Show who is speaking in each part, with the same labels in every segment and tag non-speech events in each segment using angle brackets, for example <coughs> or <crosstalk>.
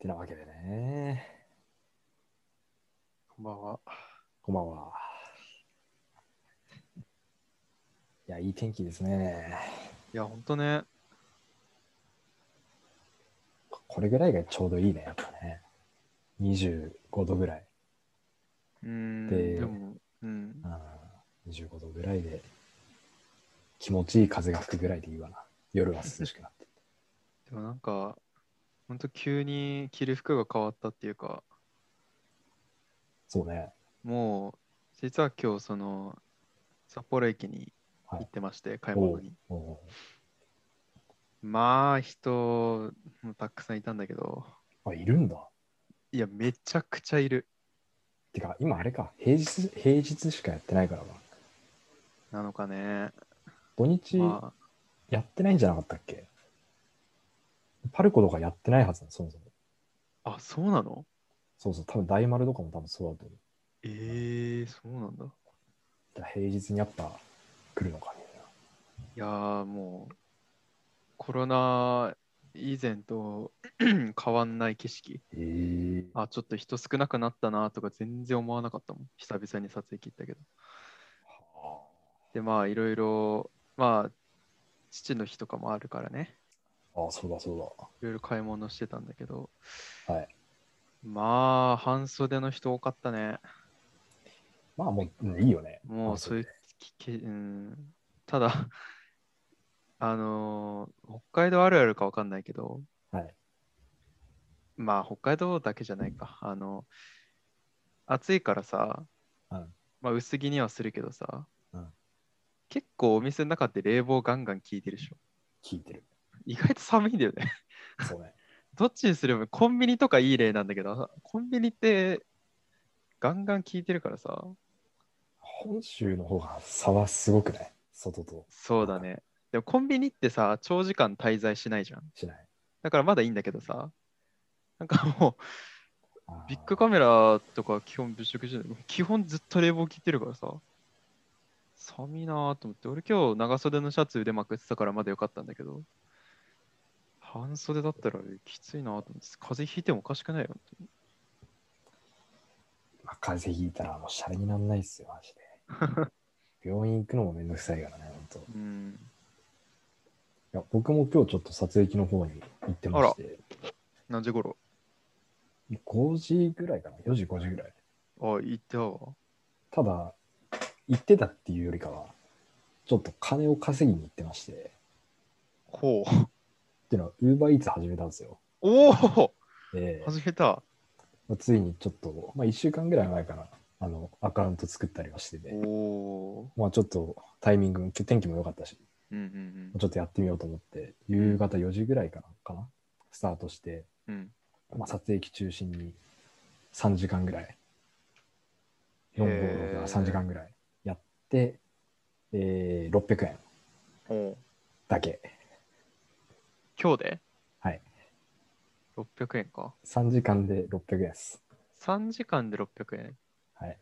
Speaker 1: てなわけでね。
Speaker 2: こんばんは。
Speaker 1: こんばんは。いや、いい天気ですね。
Speaker 2: いや、ほんとね。
Speaker 1: これぐらいがちょうどいいね、やっぱね。25度ぐらい。
Speaker 2: うーん。
Speaker 1: で
Speaker 2: でも、うん。
Speaker 1: うん、25度ぐらいで、気持ちいい風が吹くぐらいでいいわな。夜は涼しくなって。 <laughs>
Speaker 2: でもなんか、ほんと急に着る服が変わったっていうか、
Speaker 1: そうね。
Speaker 2: もう、実は今日、その、札幌駅に行ってまして、買い物に。
Speaker 1: おう
Speaker 2: まあ、人もたくさんいたんだけど、
Speaker 1: あ、いるんだ。
Speaker 2: いや、めちゃくちゃいる
Speaker 1: てか、今あれか、平日、平日しかやってないからな。
Speaker 2: なのかね。
Speaker 1: 土日
Speaker 2: まあ、
Speaker 1: やってないんじゃなかったっけ、パルコとかやってないはずだ、そもそも。
Speaker 2: あ、そうなの
Speaker 1: そうそう、多分大丸とかも多分そうだと思う。
Speaker 2: ええー、そうなんだ。
Speaker 1: だから平日にやっぱ来るのかみたい
Speaker 2: いやーもうコロナ以前と <clears throat> 変わんない景色
Speaker 1: な。へえ
Speaker 2: あちょっと人少なくなったなとか全然思わなかったもん久々に撮影切ったけどでまあいろいろまあ父の日とかもあるからね
Speaker 1: ああ、そうだそう
Speaker 2: いろいろ買い物してたんだけど
Speaker 1: だ。はい。
Speaker 2: まあ半袖の人多かったね
Speaker 1: まあもう、うんいいよね。
Speaker 2: もうそういうきけ、うん、ただあのー北海道あるあるかわかんないけど、
Speaker 1: はい
Speaker 2: まあ北海道だけじゃないかあの暑いからさ、
Speaker 1: うん
Speaker 2: まあ薄着にはするけどさ、
Speaker 1: うん
Speaker 2: 結構お店の中って冷房ガンガン効いてるでしょ
Speaker 1: 聞いてる。
Speaker 2: 意外と寒いんだよね <laughs>
Speaker 1: そうね。
Speaker 2: どっちにすればコンビニとかいい例なんだけどコンビニってガンガン効いてるからさ
Speaker 1: 本州の方が差はすごくない外と
Speaker 2: そうだねでもコンビニってさ長時間滞在しないじゃん
Speaker 1: しない。
Speaker 2: だからまだいいんだけどさ、なんかもう、
Speaker 1: あー
Speaker 2: ビッグカメラとか基本物色してない基本ずっと冷房切ってるからさ、寒いなーと思って、俺今日長袖のシャツ腕まくってたからまだよかったんだけど、半袖だったらきついなーと思って、風邪ひいてもおかしくないよ。
Speaker 1: まあ、風邪ひいたらもうシャレになんないっすよ、マジで。病院行くのもめんどくさいからね、ほんと。い
Speaker 2: うん。
Speaker 1: や、僕も今日ちょっと撮影機の方に行ってまして、
Speaker 2: 何時頃
Speaker 1: 5時ぐらいかな、4時5時ぐらい。
Speaker 2: あ、行ってたわ。
Speaker 1: ただ、行ってたっていうよりかは、ちょっと金を稼ぎに行ってまして、っ
Speaker 2: ほう。
Speaker 1: ていうのは、ウーバーイーツ始めたんですよ。
Speaker 2: おお
Speaker 1: で、
Speaker 2: 始めた。
Speaker 1: まあついにちょっと、まあ、1週間ぐらい前から、あの、アカウント作ったりはしてて、
Speaker 2: おお
Speaker 1: まあ、ちょっとタイミング、今日天気も良かったし、
Speaker 2: ー。うん
Speaker 1: ちょっとやってみようと思って、夕方4時ぐらいからかな、スタートして、
Speaker 2: うんうん。うん。
Speaker 1: まあ、撮影機中心に3時間ぐらい、4、5、6、3時間ぐらいやって、えー、600円
Speaker 2: おお。
Speaker 1: だけ。
Speaker 2: 今日で
Speaker 1: はい。
Speaker 2: 600円か。
Speaker 1: 3時間で600円です。
Speaker 2: 3時間で600円。
Speaker 1: はい。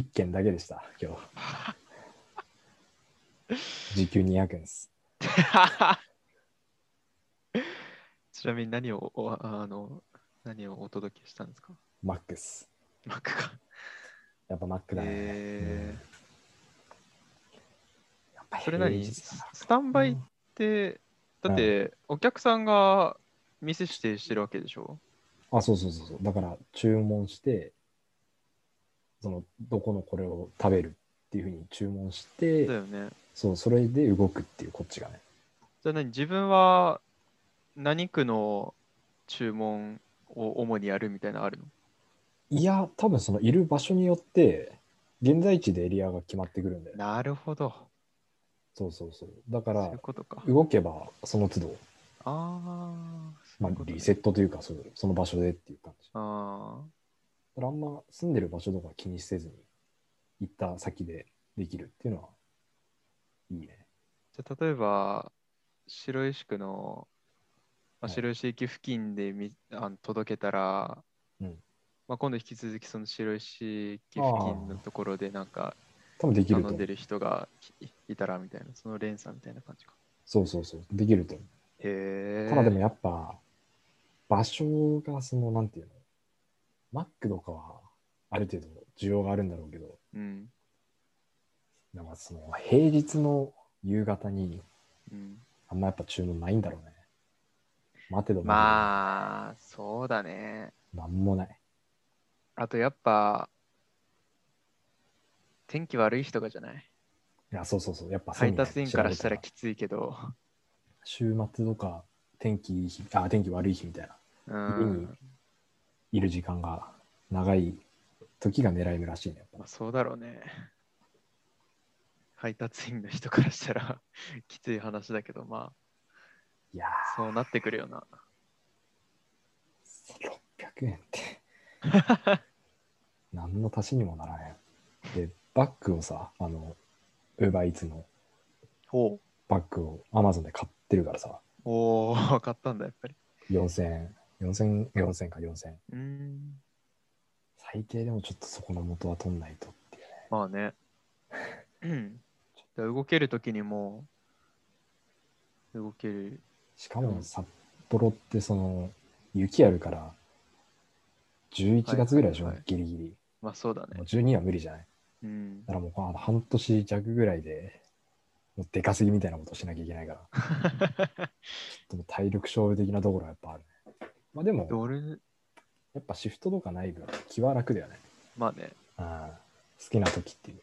Speaker 1: 1件だけでした、今日。時給200円です。
Speaker 2: <laughs> ちなみに何をおああの何をお届けしたんですか
Speaker 1: マックス。
Speaker 2: マックか。
Speaker 1: やっぱマックだね。
Speaker 2: え
Speaker 1: やっぱ
Speaker 2: ー、それ
Speaker 1: 平
Speaker 2: 何
Speaker 1: 日だ
Speaker 2: ス
Speaker 1: な
Speaker 2: スタンバイって、だってお客さんが店指定してるわけでしょ
Speaker 1: あ、そうそうそうそう。だから注文して、その、どこのこれを食べるっていうふうに注文し
Speaker 2: だ
Speaker 1: て、
Speaker 2: よね。
Speaker 1: そう、それで動くっていう、こっちがね。
Speaker 2: じゃあ何自分は何区の注文を主にやるみたいなのあるの
Speaker 1: いや、多分そのいる場所によって、現在地でエリアが決まってくるんだよね。
Speaker 2: なるほど。
Speaker 1: そうそうそう。だか
Speaker 2: そう
Speaker 1: ら
Speaker 2: いう、ことか。
Speaker 1: 動けばその都度、
Speaker 2: ああ、そ
Speaker 1: まあ
Speaker 2: ういうこ、とね
Speaker 1: リセットというかそう、その場所でっていう感じ。
Speaker 2: ああ。
Speaker 1: だからあんま住んでる場所とか気にせずに、行った先でできるっていうのは、いいね。
Speaker 2: じゃあ例えば白石区の、まあ、
Speaker 1: はい
Speaker 2: 白石駅付近でみ、あの届けたら、
Speaker 1: うん
Speaker 2: まあ、今度引き続きその白石駅付近のところでなんか
Speaker 1: 多分でき
Speaker 2: 頼
Speaker 1: ると
Speaker 2: ん
Speaker 1: 思
Speaker 2: で
Speaker 1: う。
Speaker 2: る人がいいたらみたいなその連鎖みたいな感じか
Speaker 1: そうそうそう。できると思う。
Speaker 2: へえ
Speaker 1: ただでもやっぱ、場所がその、なんていうの、Mac とかはある程度需要があるんだろうけど、
Speaker 2: うん。
Speaker 1: なんかその平日の夕方に
Speaker 2: うん、
Speaker 1: あんまやっぱ注文ないんだろうね。待てどあ、
Speaker 2: まあ、そうだね。
Speaker 1: なんもない。
Speaker 2: あとやっぱ、天気悪い日とかじゃない
Speaker 1: いや、そうそうそう。やっぱそう
Speaker 2: 配
Speaker 1: みたい
Speaker 2: 達員からしたらきついけど、
Speaker 1: 週末とか天気いい日、あ、天気悪い日みたいな。
Speaker 2: う
Speaker 1: 家に
Speaker 2: ん、
Speaker 1: いる時間が長い時が狙い目らしいね。やっ
Speaker 2: ま
Speaker 1: ぱ
Speaker 2: あそうだろうね。配達員の人からしたら <laughs> きつい話だけど、ま
Speaker 1: いや
Speaker 2: あ、そうなってくるよな。
Speaker 1: ー、600円っ
Speaker 2: <laughs>
Speaker 1: て。何の足しにもならへん。で、バッグをさ、あの、ウーバーイーツの
Speaker 2: おう
Speaker 1: バッグを Amazon で買ってるからさ、
Speaker 2: おー、買ったんだ、やっぱり。
Speaker 1: 4000円、4000、4000か4000円。
Speaker 2: うん。
Speaker 1: 最低でもちょっとそこの元は取んないとっていうね。
Speaker 2: まあね。 <clears throat> うん。だから動けるときにもう、動ける。
Speaker 1: しかも札幌ってその雪あるから11月ぐらいでしょ、
Speaker 2: はいはいはい
Speaker 1: ギリギリ
Speaker 2: まあそうだね
Speaker 1: もう。12は無理じゃない
Speaker 2: うん
Speaker 1: だ。からもうこの半年弱ぐらいでもうでかすぎみたいなことしなきゃいけないから
Speaker 2: <laughs>
Speaker 1: ちょっともう体力勝負的なところはやっぱあるねまあでも
Speaker 2: 俺、
Speaker 1: やっぱシフトとかない分気は楽だよね
Speaker 2: まあね。
Speaker 1: うん好きな時っていう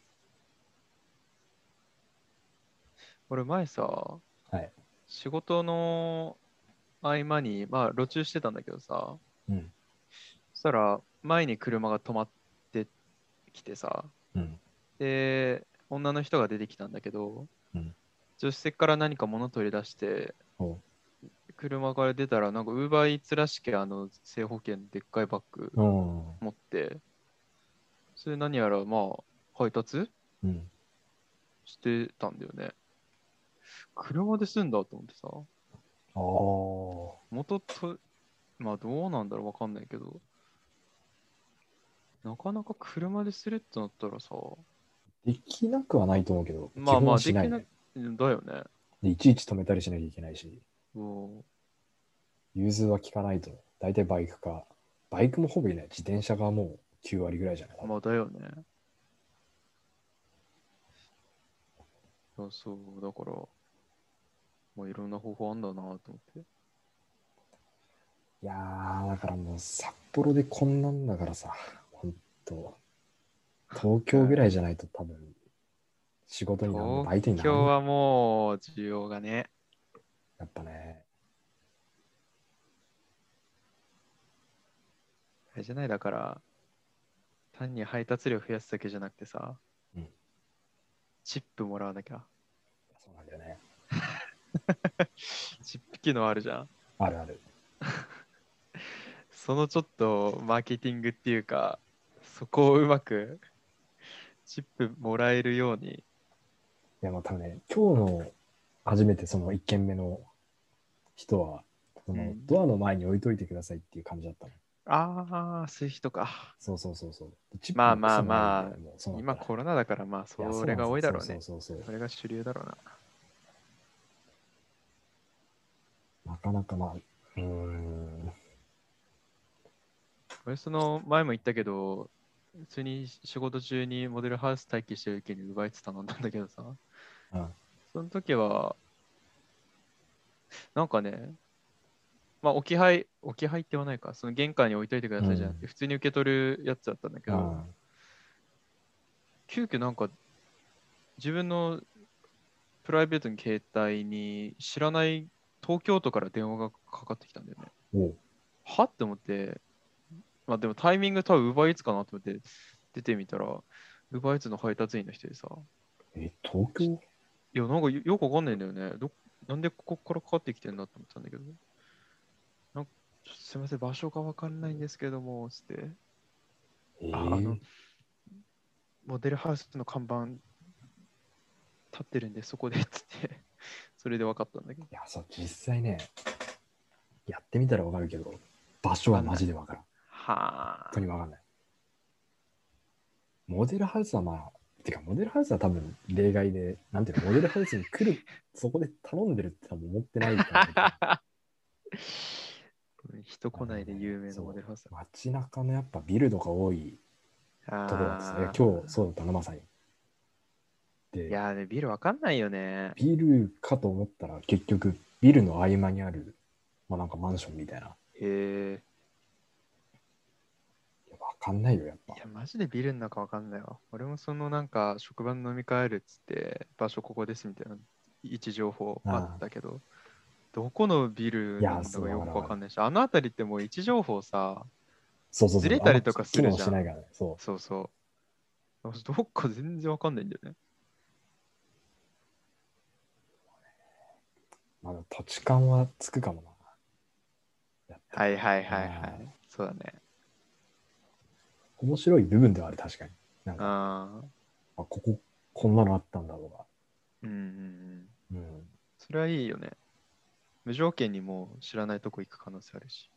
Speaker 2: 俺前さ、
Speaker 1: はい
Speaker 2: 仕事の合間に、まあ、路中してたんだけどさ、
Speaker 1: うん
Speaker 2: そしたら前に車が止まってきてさ、
Speaker 1: うん
Speaker 2: で、女の人が出てきたんだけど、
Speaker 1: うん
Speaker 2: 助手席から何か物取り出して
Speaker 1: おう、
Speaker 2: 車から出たら、なんかウーバーイーツらしきあの正方形のでっかいバッグ
Speaker 1: うん
Speaker 2: 持って、それ何やらまあ配達
Speaker 1: うん
Speaker 2: してたんだよね。車で済んだと思ってさ、
Speaker 1: ああ
Speaker 2: 元と、まあどうなんだろうわかんないけど、なかなか車でするってなったらさ、
Speaker 1: できなくはないと思うけど
Speaker 2: ま
Speaker 1: 基
Speaker 2: あ
Speaker 1: 本
Speaker 2: まあ
Speaker 1: は
Speaker 2: でき
Speaker 1: しな、
Speaker 2: ないい、
Speaker 1: ね、
Speaker 2: だよね。
Speaker 1: でいちいち止めたりしなきゃいけないし
Speaker 2: うん
Speaker 1: 融通は効かないと、大体バイクか、バイクもほぼいない、自転車がもう9割ぐらいじゃないかな。
Speaker 2: まあだよね。いやそう、だから、まあいろんな方法あんだなと思って。
Speaker 1: いやー、だからもう札幌でこんなんだからさ、ほんと、東京ぐらいじゃないと多分、仕事になるバイトに
Speaker 2: 東
Speaker 1: なる
Speaker 2: 京はもう需要がね、
Speaker 1: やっぱね、
Speaker 2: あれじゃないだから、単に配達量増やすだけじゃなくてさ、
Speaker 1: うん
Speaker 2: チップもらわなきゃ。
Speaker 1: そうなんだよね。
Speaker 2: チップ機能あるじゃん。
Speaker 1: あるある。
Speaker 2: そのちょっとマーケティングっていうか、そこをうまくチップもらえるように。
Speaker 1: いや、まあ多分ね、今日の初めてその1軒目の人は、その
Speaker 2: うん
Speaker 1: ドアの前に置いといてくださいっていう感じだったの。
Speaker 2: ああ、そういう人か。
Speaker 1: そうそうそうそう。チップ
Speaker 2: まあまあまあ
Speaker 1: もクソもないんだよねもうそうなんだ
Speaker 2: 今コロナだからまあそ
Speaker 1: いや
Speaker 2: れが多いだろう
Speaker 1: そな
Speaker 2: ね
Speaker 1: ん。ですよそうそうそう
Speaker 2: それが主流だろうな。
Speaker 1: なかなかまあ、うーん、
Speaker 2: 俺その前も言ったけど、普通に仕事中にモデルハウス待機してる時に奪いつ頼んだんだけどさ。
Speaker 1: うん
Speaker 2: その時は、なんかね、まあ置き配、置き配って言わないか、その玄関に置いといてくださいじゃなくて、
Speaker 1: う
Speaker 2: 普通に受け取るやつだったんだけ
Speaker 1: う
Speaker 2: ど、
Speaker 1: ん、
Speaker 2: 急遽なんか自分のプライベートの携帯に知らない東京都から電話がかかってきたんだよね。
Speaker 1: おう
Speaker 2: はって思って、まあでもタイミング多分 UberEats かなと思って出てみたら、UberEats の配達員の人でさ、
Speaker 1: え、東京
Speaker 2: いや、なんかよよくわかんないんだよね。どなんでここからかかってきてんだと思ったんだけど。なんかちょっとすみません、場所がわかんないんですけども、つって。
Speaker 1: えー
Speaker 2: ああの、モデルハウスの看板立ってるんで、そこで、つって。 <laughs> それでわかったんだけど。
Speaker 1: いや、そう、実際ね、やってみたらわかるけど、場所はマジでわからん。
Speaker 2: は
Speaker 1: 本当にわかんない。モデルハウスはまあ、てか、モデルハウスは多分例外で、なんていうの、モデルハウスに来 <laughs> る、そこで頼んでるって多分思ってないから。
Speaker 2: あ。一人来ないで有名なモデルハウスだ。
Speaker 1: 街中のやっぱビルとか多い
Speaker 2: あ
Speaker 1: と
Speaker 2: ー
Speaker 1: ころなんですね。今日そうだったな、まさに。で、
Speaker 2: いやーね、ビルわかんないよね。
Speaker 1: ビルかと思ったら結局ビルの合間にある、まあ、なんかマンションみたいな。
Speaker 2: へえ。
Speaker 1: いやわかんないよ、やっぱ
Speaker 2: い。や、マジでビルの中わかんないわ。俺もそのなんか、職場に飲み会あるっつって、場所ここですみたいな位置情報あったけど、どこのビルなの
Speaker 1: いや
Speaker 2: か
Speaker 1: そう
Speaker 2: がよくわ
Speaker 1: わか
Speaker 2: かん
Speaker 1: ん
Speaker 2: ないし、あの辺りってもう位置情報さ、
Speaker 1: そうそうそう。
Speaker 2: ずれたりとかするじゃん
Speaker 1: あんま機能しないからね。そ
Speaker 2: そうそう。どっか全然わかんないんだよね。
Speaker 1: う。まあ、土地勘はつくかもな。やって
Speaker 2: はいはいはいは
Speaker 1: う
Speaker 2: い。そうだね。
Speaker 1: 面白い部分ではある、確かに。なんか、あ
Speaker 2: ああ。
Speaker 1: ここ、こんなのあったんだとか。
Speaker 2: うんうんうん。
Speaker 1: うん。
Speaker 2: それはいいよね。無条件にもう知らないとこ行く可能性あるし。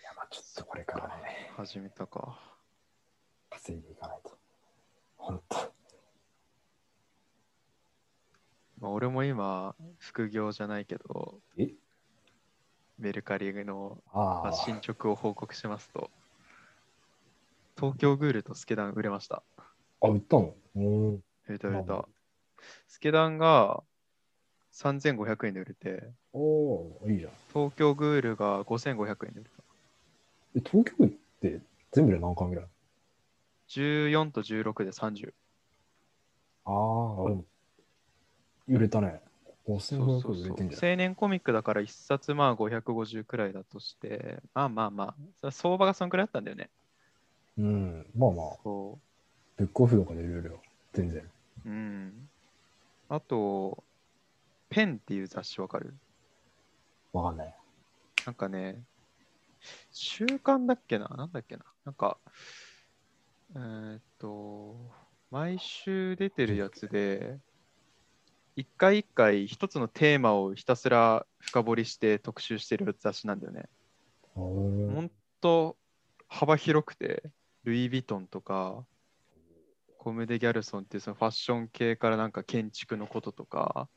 Speaker 1: いや、まあ、ちょっとこれからね、
Speaker 2: 始めたか。
Speaker 1: 稼いでいかないと。本当
Speaker 2: まあ、俺も今、副業じゃないけど、
Speaker 1: え
Speaker 2: メルカリのま
Speaker 1: あ
Speaker 2: あ進
Speaker 1: あ、
Speaker 2: 捗を報告しますと、東京グールとスケダン売れました。
Speaker 1: あ、売ったのうん。
Speaker 2: 売れた売れ
Speaker 1: まあま
Speaker 2: た
Speaker 1: あ。
Speaker 2: スケダンが3500円で売れて、
Speaker 1: おーいいじゃん。
Speaker 2: 東京グールが5500円で売れた。
Speaker 1: え、東京って全部で何巻ぐらい
Speaker 2: 14と16で30。
Speaker 1: ああ、うん。売れたね。
Speaker 2: そう
Speaker 1: 5500
Speaker 2: そう
Speaker 1: 売
Speaker 2: そ
Speaker 1: れ
Speaker 2: う。
Speaker 1: てんじゃん。
Speaker 2: 青年コミックだから1冊まあ550くらいだとして、まあまあまあ、それ相場がそんくらいだったんだよね。
Speaker 1: うん。まあまあ、
Speaker 2: そう。
Speaker 1: ブックオフとかで売れるよ。全然。
Speaker 2: うん。あと、ペンっていう雑誌わかる
Speaker 1: わかんない。
Speaker 2: なんかね、週刊だっけななんだっけななんか、えーっと、毎週出てるやつで、一回一回一つのテーマをひたすら深掘りして特集してる雑誌なんだよね。
Speaker 1: あ
Speaker 2: ほ
Speaker 1: ー
Speaker 2: んと幅広くて、ルイ・ヴィトンとか、コム・デ・ギャルソンっていうそのファッション系からなんか建築のこととか、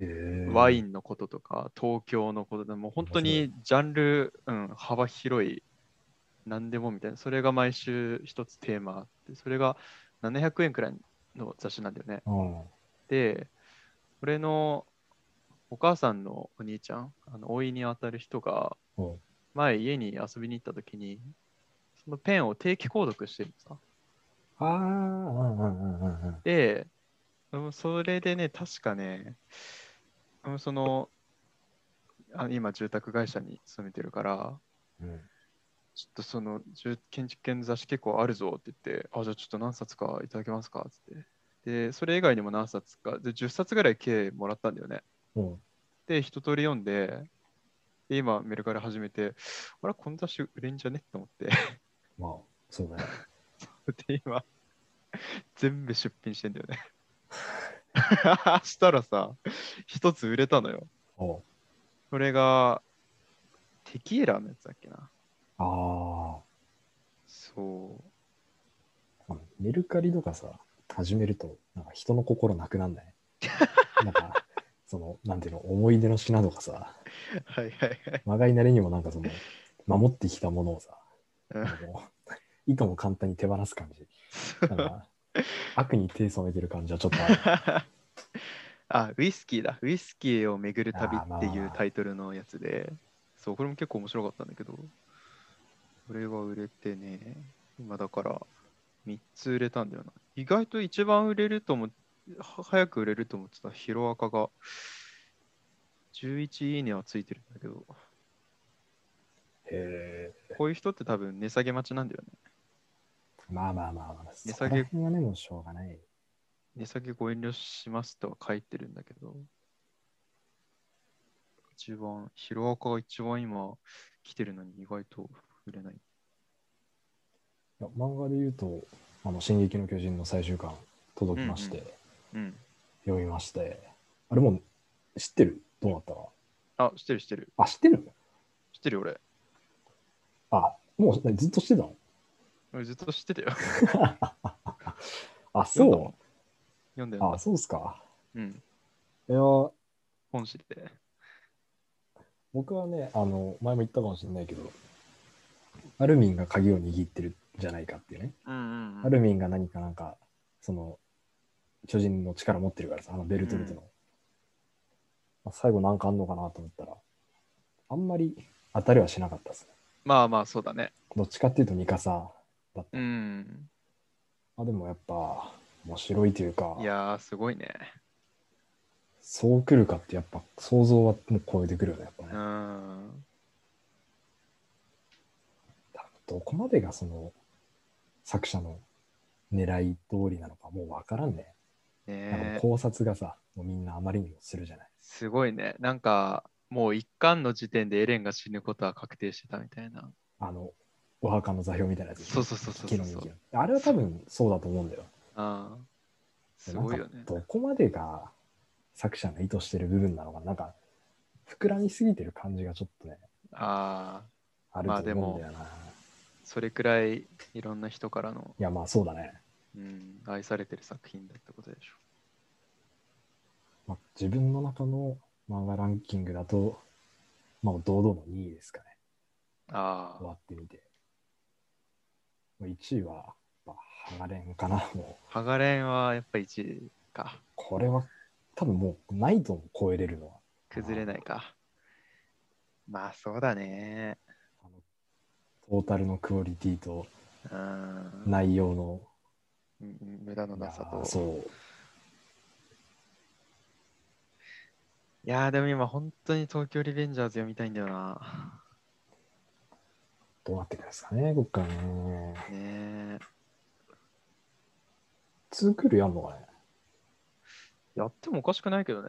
Speaker 1: へー
Speaker 2: ワインのこととか、東京のことでもう本当にジャンル、うん、幅広い、何でもみたいな、それが毎週一つテーマあって、それが700円くらいの雑誌なんだよね。
Speaker 1: うん。
Speaker 2: で、俺のお母さんのお兄ちゃん、あの、老いに当たる人が
Speaker 1: うん、
Speaker 2: 前家に遊びに行った時に、そのペンを定期購読してるんですか。
Speaker 1: ああ、うんうんうんうんうん。
Speaker 2: で、うんそれでね、確かね、うんその、あ今、住宅会社に勤めてるから、
Speaker 1: うん
Speaker 2: ちょっとその、住建築系の雑誌結構あるぞって言って、あ、じゃあちょっと何冊かいただけますかっつって。で、それ以外にも何冊か、で、10冊ぐらい計もらったんだよね。
Speaker 1: うん。
Speaker 2: で、一通り読んで、で今、メルカリ始めて、あれ、この雑誌売れんじゃねって思って、
Speaker 1: まあ、そうだね。 <laughs>
Speaker 2: で、今、全部出品してんだよね。 <laughs> したらさ、一つ売れたのよ。
Speaker 1: お
Speaker 2: これが、テキーラーのやつだっけな。
Speaker 1: あ
Speaker 2: そ
Speaker 1: あ、メルカリとかさ、始めると、なんか人の心なくなんない
Speaker 2: <laughs>
Speaker 1: なんか、その、なんていうの、思い出の品とかさ、
Speaker 2: う。はいはいはい。
Speaker 1: まがいなりにもなんかその、守ってきたものをさ、
Speaker 2: うん
Speaker 1: あのいとも簡単に手放す感じ。なんか、悪に手染めてる感じはちょっとある。
Speaker 2: <laughs> あ、ウイスキーだ。ウイスキーを巡る旅
Speaker 1: あーま
Speaker 2: っ
Speaker 1: あ
Speaker 2: て
Speaker 1: まあ
Speaker 2: い
Speaker 1: ま
Speaker 2: う
Speaker 1: あ
Speaker 2: タイトルのやつで、そう、これも結構面白かったんだけど、これは売れてね、今だから3つ売れたんだよな。意外と一番売れると思っは早く売れると思ってたヒロアカが、11いいねはついてるんだけど、
Speaker 1: へえ。
Speaker 2: こういう人って多分値下げ待ちなんだよね。
Speaker 1: まあまあまあまあ、
Speaker 2: 値
Speaker 1: そ
Speaker 2: 下
Speaker 1: こ
Speaker 2: げ
Speaker 1: ら辺はね、もうしょうがない。
Speaker 2: 値下げご遠慮しますとは書いてるんだけど、一番、ヒロアカが一番今来てるのに意外と売れない。
Speaker 1: いや漫画で言うと、あの、進撃の巨人の最終巻届きまして、
Speaker 2: ううん。
Speaker 1: 読みまして、あれもう知ってるどうなったか
Speaker 2: あ、知ってる知ってる。
Speaker 1: あ、知ってる
Speaker 2: 知ってるよ俺。
Speaker 1: あ、もうずっと知ってたの
Speaker 2: 俺ずっと知ってたよ。
Speaker 1: あ、
Speaker 2: 読んだも
Speaker 1: <laughs> そ
Speaker 2: ん読んだ
Speaker 1: うあ、
Speaker 2: よ。
Speaker 1: そうっすか。
Speaker 2: うん。
Speaker 1: いや、い
Speaker 2: 本誌で。
Speaker 1: 僕はね、あの、前も言ったかもしれないけど、アルミンが鍵を握ってるんじゃないかっていうね。
Speaker 2: うんうんうん
Speaker 1: アルミンが何かなんか、その、巨人の力持ってるからさ、あのベルトルトの。まあ最後なんかあんのかなと思ったら、あんまり当たりはしなかったですね。
Speaker 2: まあまあ、そうだね。
Speaker 1: どっちかっていうと、ミカサだった。
Speaker 2: うん。
Speaker 1: まあでもやっぱ、面白いというか
Speaker 2: い、やー、すごいね。
Speaker 1: そう来るかってやっぱ想像はもう超えてくるよね、やっぱね。
Speaker 2: うん。
Speaker 1: どこまでがその作者の狙い通りなのかもう分からんね。なん
Speaker 2: ね
Speaker 1: か
Speaker 2: え
Speaker 1: 考察がさ、もうみんなあまりにもするじゃない。
Speaker 2: すごいね。なんか、もう一巻の時点でエレンが死ぬことは確定してたみたいな。
Speaker 1: あの、お墓の座標みたいなやつ。
Speaker 2: そうそうそうそう
Speaker 1: 木の幹のあれは多分そうだと思うんだよ。
Speaker 2: ああ。すごいよ
Speaker 1: な
Speaker 2: ね
Speaker 1: ん。かどこまでが作者の意図してる部分なのか、なんか膨らみすぎてる感じがちょっとね、
Speaker 2: ああ。
Speaker 1: あると思うんだよな。
Speaker 2: それくらいいろんな人からの、
Speaker 1: いや、まあそうだね。
Speaker 2: うん、愛されてる作品だってことでしょ。
Speaker 1: まあ、自分の中の漫画ランキングだと、まあ堂々の2位ですかね。
Speaker 2: あ
Speaker 1: 終わってみて。まあ1位は、やっぱ、ハガレンかな。も
Speaker 2: あ。ハガレンはやっぱ1位か。
Speaker 1: う、これは、多分もう、ないと思う超えれるのは。
Speaker 2: 崩れないか。まあそうだね。
Speaker 1: あのトータルのクオリティと、
Speaker 2: うん。
Speaker 1: 内容の、
Speaker 2: うん無駄のなさ
Speaker 1: いやー
Speaker 2: と。
Speaker 1: そう。
Speaker 2: いやーでも今本当に東京リベンジャーズ読みたいんだよな。
Speaker 1: どうなってくるんですかね、こっからね。
Speaker 2: ねえ。
Speaker 1: ツークールやんのかね。
Speaker 2: やってもおかしくないけどね。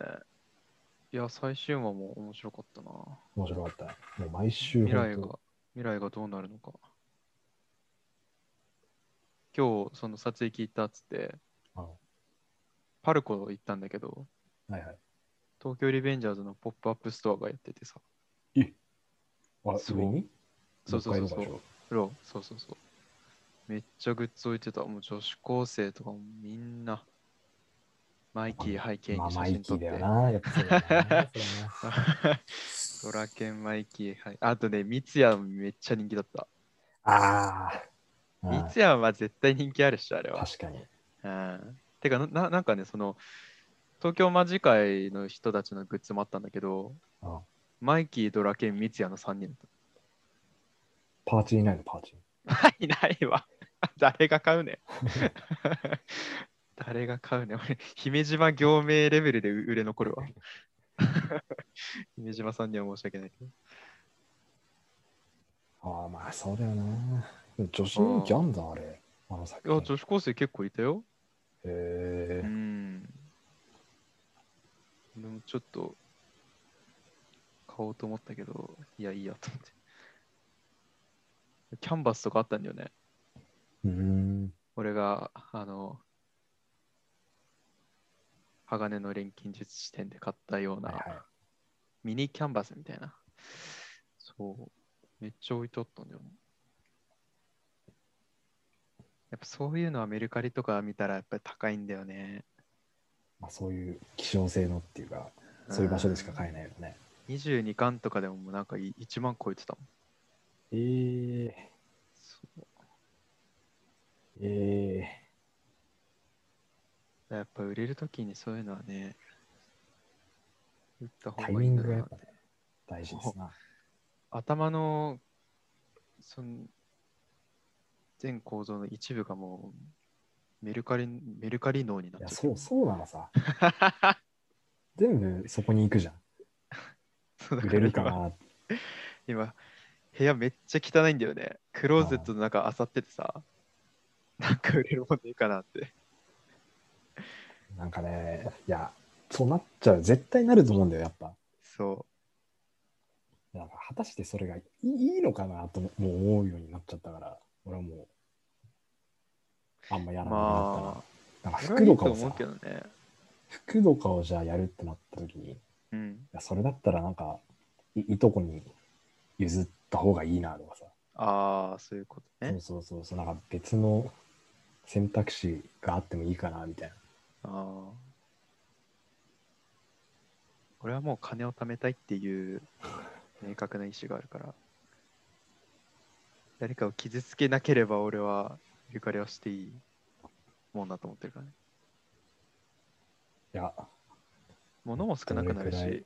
Speaker 2: いや、最終話も面白かったな。
Speaker 1: 面白かったね。もう毎週
Speaker 2: 未来
Speaker 1: 本
Speaker 2: が、未来がどうなるのか。今日、その撮影聞いたっつって、
Speaker 1: 当、あの
Speaker 2: パルコ行ったんだけど、
Speaker 1: はいはい。
Speaker 2: 東京リベンジャーズのポップアップストアがやっててさ。
Speaker 1: あ、
Speaker 2: そう
Speaker 1: 上に
Speaker 2: そうそうそう
Speaker 1: 北
Speaker 2: そ
Speaker 1: 海
Speaker 2: う
Speaker 1: 道。
Speaker 2: ローそうそうそう。めっちゃグッズ置いてた。もう女子高生とかもみんな、マイキー背景
Speaker 1: まあ、
Speaker 2: に写
Speaker 1: マイ
Speaker 2: 真
Speaker 1: キ
Speaker 2: 撮っ
Speaker 1: ー
Speaker 2: て。
Speaker 1: だよな。やっぱそう
Speaker 2: <laughs>
Speaker 1: だよなそうだな。
Speaker 2: ドラケンマイキー、はい。あとね、三ツ矢めっちゃ人気だった。
Speaker 1: ああ
Speaker 2: 三
Speaker 1: ー。
Speaker 2: ツ矢は絶対人気あるっしょ、あれ
Speaker 1: うん
Speaker 2: は。
Speaker 1: 確かに。
Speaker 2: うん。てかなな、なんかね、その、東京マジ会の人たちのグッズもあったんだけど、
Speaker 1: うん
Speaker 2: マイキー、ドラケン、三ツ矢の3人だっ
Speaker 1: パーチいないの、パーチ。
Speaker 2: た。 <laughs> いないわ。誰が買うねん。 <laughs> 誰が買うねん。俺、姫島行名レベルで売れ残るわ。 <laughs> 姫島さんには申し訳ないけど。
Speaker 1: ああ、まあそうだよな。女子人気あんだ、あれ。あの作
Speaker 2: いや、
Speaker 1: 品。へ
Speaker 2: 女子高生結構いたよ。う
Speaker 1: え。
Speaker 2: ん。俺もちょっと買おうと思ったけど、いや、いいやと思って。キャンバスとかあったんだよね。
Speaker 1: うーん。
Speaker 2: 俺が、あの、鋼の錬金術師店で買ったよう
Speaker 1: はい
Speaker 2: な
Speaker 1: はい。
Speaker 2: ミニキャンバスみたいな。そう。めっちゃ置いてあったんだよね。やっぱそういうのはメルカリとか見たらやっぱり高いんだよね。
Speaker 1: まあそういう希少性のっていうか、そういう場所でしか買えないよね。
Speaker 2: 22巻とかでももうなんかい1万超えてたもん。
Speaker 1: ええ。
Speaker 2: そう
Speaker 1: ええ。
Speaker 2: やっぱ売れるときにそういうのはね、売った
Speaker 1: タ
Speaker 2: 方
Speaker 1: イ
Speaker 2: がい
Speaker 1: ミ
Speaker 2: いん
Speaker 1: ン
Speaker 2: だ
Speaker 1: グがや
Speaker 2: な
Speaker 1: っ。ぱね、大事です
Speaker 2: <laughs>
Speaker 1: な。
Speaker 2: 頭のその全構造の一部がもうメルカリメルカリ脳にないっ
Speaker 1: や、
Speaker 2: ちゃ
Speaker 1: そう、そうなの
Speaker 2: <laughs>
Speaker 1: さ。全部そこに行くじゃん。
Speaker 2: そうだ
Speaker 1: 売
Speaker 2: ら
Speaker 1: れるか
Speaker 2: 今
Speaker 1: な。
Speaker 2: 今部屋めっちゃ汚いんだよね。クローゼットの中あさっててさ、なんか売れるもんでいいかなって。
Speaker 1: なんかね、いや、そうなっちゃう。絶対なると思うんだよ、やっぱ。
Speaker 2: そ
Speaker 1: なんか果たしてそれがいいいのかなとももう思うようになっちゃったから、俺はもう、あんまや
Speaker 2: う。
Speaker 1: らなくなったな。なん
Speaker 2: まあ、
Speaker 1: か
Speaker 2: それ
Speaker 1: 服
Speaker 2: は
Speaker 1: とかを
Speaker 2: いいと思う
Speaker 1: さ、
Speaker 2: けどね。
Speaker 1: 服とかをじゃあやるってなった時に、い
Speaker 2: うん。
Speaker 1: やそれだったらなんかい、いとこに譲った方がいいなとかさ、
Speaker 2: ああ、そういうこ
Speaker 1: そ
Speaker 2: とね
Speaker 1: う。そうそうそう、なんか別の選択肢があってもいいかなみたいな。
Speaker 2: ああ。
Speaker 1: <laughs>
Speaker 2: 俺はもう金を貯めたいっていう明確な意思があるから誰かを傷つけなければ俺はゆかりはしていいもんだと思ってるからね
Speaker 1: いや、
Speaker 2: 物も少なく
Speaker 1: ど
Speaker 2: なる
Speaker 1: れくら
Speaker 2: し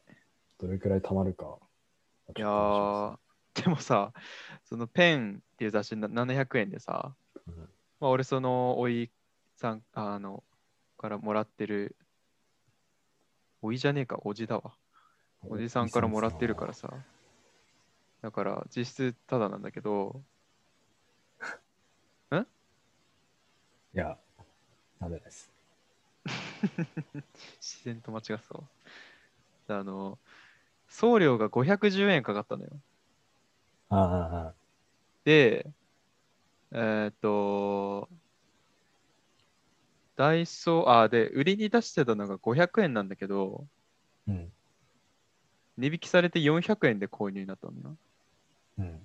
Speaker 1: どれくらい溜まるか。
Speaker 2: いやーでもさそのペンっていう雑誌な700円でさ、
Speaker 1: うん
Speaker 2: まあ俺そのおいさんあのからもらってるおいじゃねえかおじだわおじさんからもらってるから。さ。だから実質ただなんだけど、
Speaker 1: いや、なんでです。
Speaker 2: 自然と間違ってたわあの、送料が510円かかったのよ。
Speaker 1: ああああ、
Speaker 2: で、えーっと、ダイソー、あ、で、売りに出してたのが500円なんだけど、
Speaker 1: うん。
Speaker 2: 値引きされて400円で購入になったのよ。
Speaker 1: うん。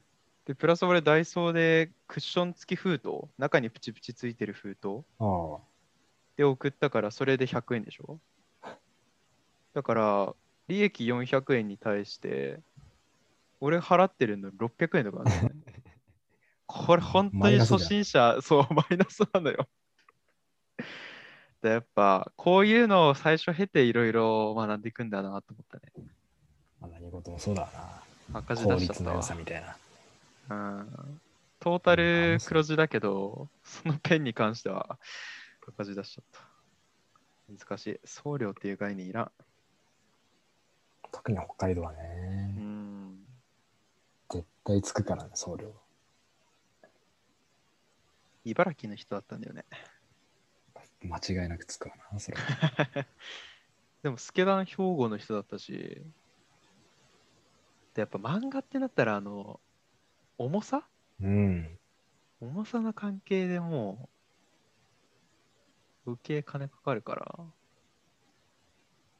Speaker 2: で、プラス俺ダイソーでクッション付き封筒、中にプチプチついてる封筒、
Speaker 1: ああ、
Speaker 2: で送ったからそれで100円でしょだから利益400円に対して俺払ってるの600円とかなんだよねこれ本当
Speaker 1: マイ
Speaker 2: に
Speaker 1: ナスじゃん
Speaker 2: 初心者そうマイナスなのよでやっぱこういうのを最初経ていろいろ学んでいくんだなと思ったね
Speaker 1: まあ、何事もそうだな。
Speaker 2: 赤字
Speaker 1: 効
Speaker 2: 出しちゃっ
Speaker 1: 率
Speaker 2: た
Speaker 1: の
Speaker 2: わ
Speaker 1: 良さみたいな。
Speaker 2: うんトータル黒字だけど、そのペンに関しては赤字出しちゃった。難しい。送料っていう概念いらん。
Speaker 1: 特に北海道は
Speaker 2: う
Speaker 1: ね、
Speaker 2: ん。
Speaker 1: 絶対つくからね、送料。
Speaker 2: 茨城の人だったんだよね。
Speaker 1: 間違いなくつくわな、それは。
Speaker 2: <laughs> でも、スケダン兵庫の人だったし、でやっぱ漫画ってなったら、あの、重さ
Speaker 1: うん。
Speaker 2: 重さの関係でもう、受け金かかるから、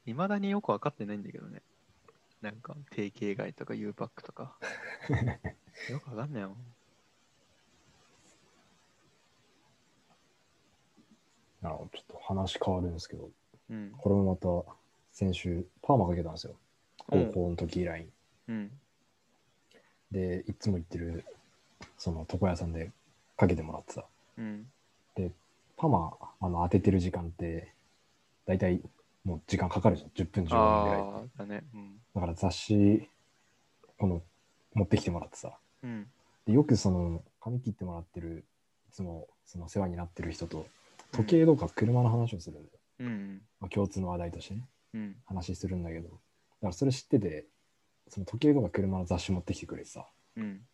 Speaker 2: いまだによく分かってないんだけどね。なんか、定型外とか U パックとか。よく分かんないよ。
Speaker 1: なるほどちょっと話変わるんですけど、
Speaker 2: うん。
Speaker 1: これもまた先週、パーマかけたんですよ。
Speaker 2: う
Speaker 1: 高
Speaker 2: ん
Speaker 1: 校の時以来に。
Speaker 2: うん。
Speaker 1: で、いつも行ってる、その床屋さんでかけてもらってた。
Speaker 2: うん。
Speaker 1: パーマ、あの、当ててる時間って、だいたいもう時間かかるじゃん。10分、15分ぐらい。
Speaker 2: ああ、だね。うん。
Speaker 1: だから雑誌、この、持ってきてもらってさ。
Speaker 2: うん。
Speaker 1: でよくその、髪切ってもらってる、いつも、その世話になってる人と、時計とか車の話をするんだよ。
Speaker 2: うん。
Speaker 1: まあ、共通の話題としてね、
Speaker 2: うん。
Speaker 1: 話するんだけど。だからそれ知ってて、その時計とか車の雑誌持ってきてくれてさ。
Speaker 2: うん。